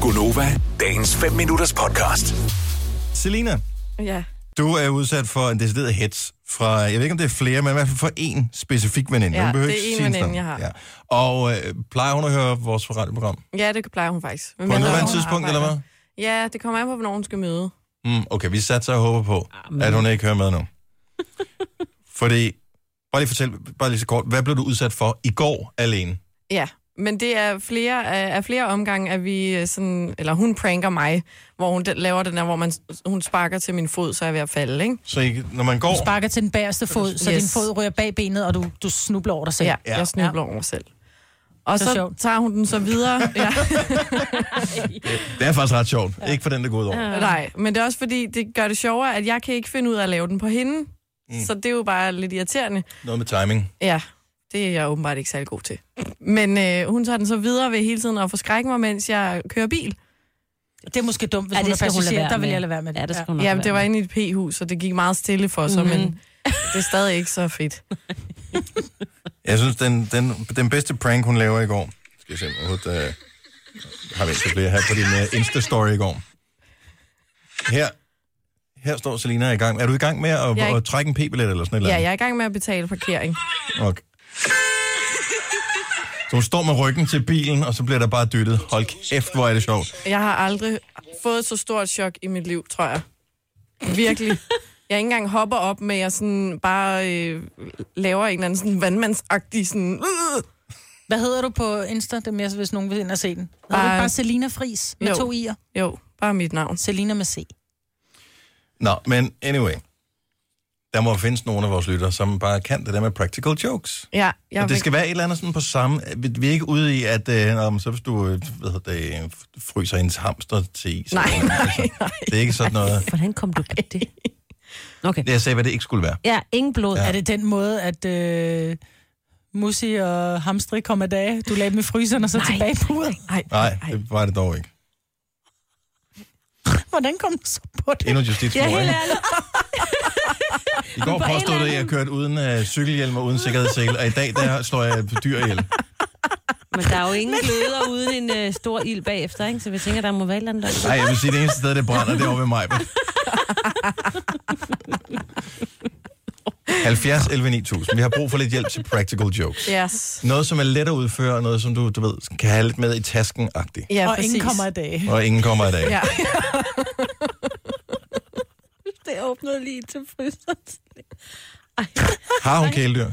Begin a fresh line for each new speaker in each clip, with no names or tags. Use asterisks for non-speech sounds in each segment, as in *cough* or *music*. Gunova, dagens 5 minutters podcast.
Selina,
Ja.
du er udsat for en decideret hets fra, jeg ved ikke om det er flere, men i hvert fald for en specifik veninde.
Ja,
Man behøver
det er
ikke
én
sige hendes
veninde,
navn.
jeg
Og øh, plejer hun at høre vores radioprogram?
ja, det plejer hun faktisk.
På et nuværende
andet
tidspunkt, eller hvad?
Ja, det kommer an på, hvornår hun skal møde.
Mm, okay, vi satser og håber på,
Ah,
at hun ikke hører med nu. Fordi, bare lige fortæl, bare lige så kort, hvad blev du udsat for i går alene?
Ja, men det er flere, af af flere omgange, at vi øh, sådan, eller hun pranker mig, hvor hun de- laver den der, hvor man, hun sparker til min fod, så er jeg ved at falde, ikke?
Så I, når man går...
sparker til den bagerste fod, så
Yes.
din fod ryger bag benet, og du, du snubler over dig selv.
Ja,
Ja.
jeg snubler over mig selv. Og
Så
så,
sjovt.
tager hun den så videre. ja.
Det er faktisk ret sjovt. Ikke for den, der går ud over.
Nej, men det er også fordi, det gør det sjovere, at jeg kan ikke finde ud af at lave den på hende. Mm. Så det er jo bare lidt irriterende.
Noget med timing.
Ja, det er jeg åbenbart ikke særlig god til. Men øh, hun tager den så videre ved hele tiden at forskrække mig, mens jeg kører bil.
Det er måske dumt, hvis
Ja,
ja, hun er
det skal hun lade
passager,
være
der vil
med.
jeg lade være med det.
Ja, det skal hun
Ja, men det var inde i et p-hus, og det gik meget stille for sig, mm. men det er stadig ikke så *laughs* fedt.
Jeg synes, den, den, den bedste prank, hun laver i går... Skal jeg se, om jeg overhovedet, øh, har vi ikke flere her på din øh, Insta-story i går. Her, her står Selina i gang. Er du i gang med at,
Jeg er
at,
ikke-
at trække en p-billet eller sådan noget?
Ja, jeg er i gang med at betale parkering.
Okay. Så hun står med ryggen til bilen, og så bliver der bare dyttet. Hold kæft, hvor er det sjovt.
Jeg har aldrig fået så stort chok i mit liv, tror jeg. Virkelig. Jeg ikke engang hopper op med, at jeg sådan bare øh, laver en eller anden sådan vandmandsagtig sådan... Øh,
Hvad hedder du på Insta? Det er mere, hvis nogen vil ind og se den. Hedder du
Bare-
ikke bare Selina Fris med
Jo.
to i'er?
jo, bare mit navn.
Selina med C.
Nå, men anyway. Der må findes nogle af vores lytter, som bare kan det der med practical jokes.
Ja, jeg
Og det
vil-
skal være et eller andet sådan på samme... Vi vi er ikke ude i, at øh, nå, men så hvis du øh, hvad hedder det, fryser ens hamster til is.
Nej, *laughs*
eller noget,
nej, nej.
Det er ikke sådan
*laughs*
noget...
Hvordan kom du på det? Okay.
Jeg sagde, hvad det ikke skulle være.
Ja, ingen blod.
Ja.
Ja.
Er det den måde, at øh, Musi og Hamstri kom af dage? Du lagde dem i fryseren og så nej, tilbage på uret.
Ej,
Nej, det var det dog ikke.
Hvordan kom du så på det?
Endnu justitsmord,
helt
ikke?
ærligt.
I går
på en
påstod
eller
det, at jeg
anden-
kørte uden øh, cykelhjelm og uden sikkerhedssele, og i dag der slår jeg dyr ihjel.
*laughs* Men der er jo ingen gløder uden en øh, stor ild bagefter, ikke? Så vi tænker, der må være et eller andet. der-
Nej, jeg vil sige, det eneste sted, det brænder, det er over ved mig.
*laughs*
70 11 9000. Vi har brug for lidt hjælp til practical jokes. *laughs*
Yes.
Noget, som er let at udføre, og noget, som du, du ved, kan have lidt med i tasken-agtigt.
Ja,
og
præcis.
ingen kommer af dage.
Og ingen kommer i dag. *laughs*
Ja.
Det åbnede lige til fryseren.
Har hun kæledyr?
Nej,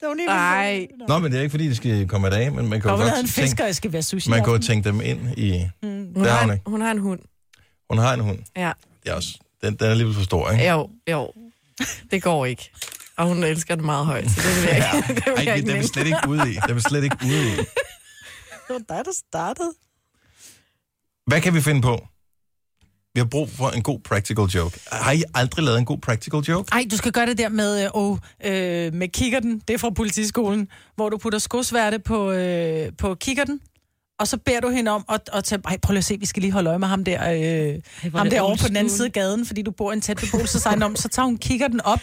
det var lige
Nej.
Nå, men det er ikke, fordi de skal komme i dag, men man kan jo
Hvorfor
godt
havde en
tænke,
fisker, jeg skal være sushi?
man
i
kan jo
aften? Mm.
tænke dem ind i...
Hun,
Det har
har
hun
en,
ikke.
hun har en hund.
Hun har en hund.
Ja.
Det er også, den, den er alligevel for stor, *laughs* ikke?
Jo, jo. Det går ikke. Og hun elsker det meget højt, så
*laughs*
det
*laughs*
vil jeg ikke, *laughs* det vil
Ej,
jeg
det
ikke
er vi
mene.
slet ikke ude i. Det er vi slet ikke ude i.
Det var dig, der startede.
Hvad kan vi finde på? Vi har brug for en god practical joke. Har I aldrig lavet en god practical joke?
Ej, du skal gøre det der med, øh, oh, øh, med kikkerten. Det er fra politiskolen, hvor du putter skosværte på, øh, på kikkerten. Og så beder du hende om at, at tage... Ej, prøv lige at se, vi skal lige holde øje med ham der, øh, ham
det
der over
old
på den anden
school.
side af gaden, fordi du bor i en tæt beboelsesejendom. om, så tager hun kikkerten op,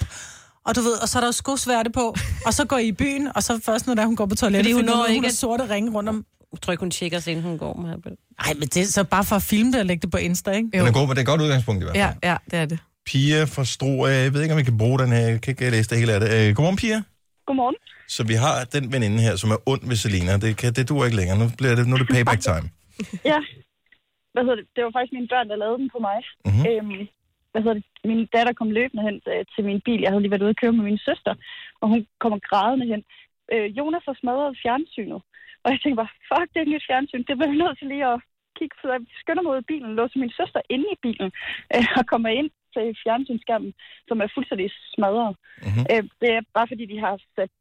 og du ved, og så er der jo skosværte på, og så går I i byen, og så først, når der, hun går på toilettet,
Fordi hun
finder
når
ud af, hun
ikke
har
at-
sorte ringe rundt om.
Jeg tror ikke, hun tjekker os, inden hun går med her.
Nej, men det er så bare for at filme det og lægge det på Insta, ikke?
Den er god, men det er et godt udgangspunkt i hvert fald.
Ja, ja, det er det.
Pia fra Stro, øh, jeg ved ikke, om vi kan bruge den her. Jeg kan ikke læse det hele af det. Øh, Godmorgen, Pia. *laughs*
Godmorgen.
Så vi har den veninde her, som er ond ved Selina. Det, kan, det duer ikke længere. Nu, bliver det, nu er det payback time.
Ja. Hvad hedder det? Det var faktisk mine børn, der lavede den på mig.
Mhm.
Øhm, hvad hedder det? Min datter kom løbende hen øh, til min bil. Jeg havde lige været ude at køre med min søster, og hun kommer grædende hen. Øh, Jonas har smadret fjernsynet. Og jeg tænkte bare, fuck, det er et nyt fjernsyn. Det bliver jeg nødt til lige at kigge. Så jeg skynder mig ud af bilen, låser min søster inde i bilen, øh, og kommer ind til fjernsynsskærmen, som er fuldstændig smadret.
Mhm.
Øh, det er bare fordi, de har sat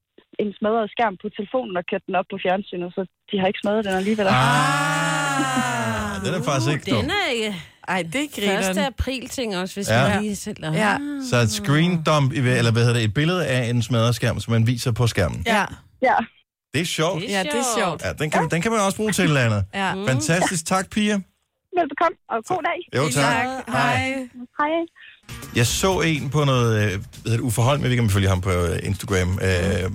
en smadret skærm på telefonen og kørt den op på fjernsynet, så de har ikke smadret den alligevel.
Ah, den er faktisk ikke dum.
Uh, Den er ikke
Ej, det griner
1. april ting også, hvis
Ja.
ja. vi lige selv har.
Ja,
Så et screen dump, i- eller hvad hedder det, et billede af en smadret skærm, som man viser på skærmen.
ja,
Ja.
Det er sjovt.
ja, det er sjovt.
Ja, den kan, den kan man også bruge til et eller andet.
Ja.
Fantastisk. Tak, Pia.
Velbekomme, og god dag.
Jo, tak.
Hej.
Hej.
Jeg så en på noget, øh, hvad hedder det, Uffe Holm, jeg ved ikke, om I følger ham på øh, Instagram. Øh,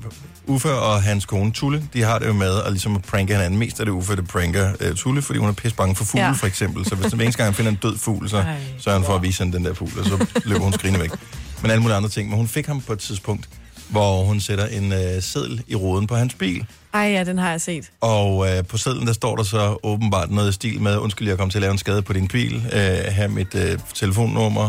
Uffe og hans kone Tulle, de har det jo med at ligesom at pranke hinanden. Mest er det Uffe, der pranker øh, Tulle, fordi hun er pisse bange for fugle, ja.
Ja.
for eksempel. Så hvis den eneste gang, han finder en død fugl, så
Ej.
sørger han for at vise hende den der fugl, og så løber hun skrigende væk. Men alle mulige andre ting. Men hun fik ham på et tidspunkt, hvor hun sætter en øh, seddel i roden på hans bil.
Ej, ja, den har jeg set.
Og øh, på sedlen, der står der så åbenbart noget i stil med, undskyld, jeg kom til at lave en skade på din bil, øh, her mit øh, telefonnummer,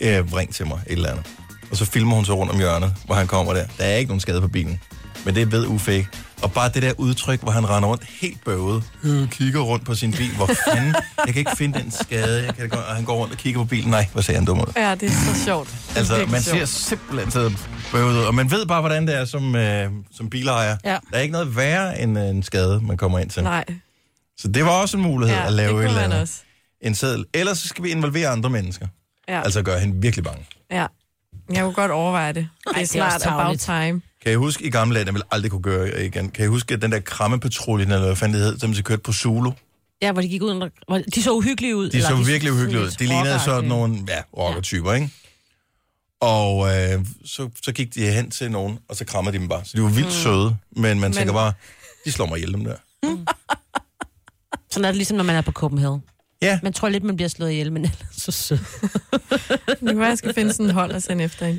øh, ring til mig, et eller andet. Og så filmer hun så rundt om hjørnet, hvor han kommer der. Der er ikke nogen skade på bilen, men det ved Uffe ikke. Og bare det der udtryk, hvor han render rundt helt bøvet, øh, kigger rundt på sin bil, hvor fanden, jeg kan ikke finde den skade, jeg kan da godt, og han går rundt og kigger på bilen, nej, hvor ser han dum ud.
Ja, det er så sjovt. Det er
Altså,
virkelig
man
sjovt.
ser simpelthen så bøvet ud, og man ved bare, hvordan det er som, øh, som bilejer.
Ja.
Der er ikke noget værre end øh, en skade, man kommer ind til.
Nej,
Så det var også en mulighed
ja,
at lave
det
et
kunne
eller
man
andet.
også.
En seddel. Ellers så skal vi involvere andre mennesker.
Ja, altså,
Altså gøre hende virkelig bange.
ja. Jeg kunne godt overveje det. Det er
det er også
snart about
tarveligt.
time.
Kan I huske i gamle dage, den vil aldrig kunne gøre igen. Kan I huske den der krammepatrulje, eller hvad fanden det hed, som de kørte på Zulu?
Ja, hvor de gik ud. og- hvor- De så uhyggelige ud.
De
eller
så virkelig uhyggelige ud. De
lidt
lignede
rockeragtige.
sådan nogle ja, rockertyper, ikke? Og øh, så, så gik de hen til nogen, og så krammer de dem bare. Så de var
Mm.
vildt søde, men man tænker bare, de slår mig ihjel, dem der.
Sådan er det ligesom, når man er på Copenhagen.
Ja,
Man tror lidt, man bliver slået ihjel, men ellers så sød.
Det kan være, jeg skal finde sådan en hold og sende efter en.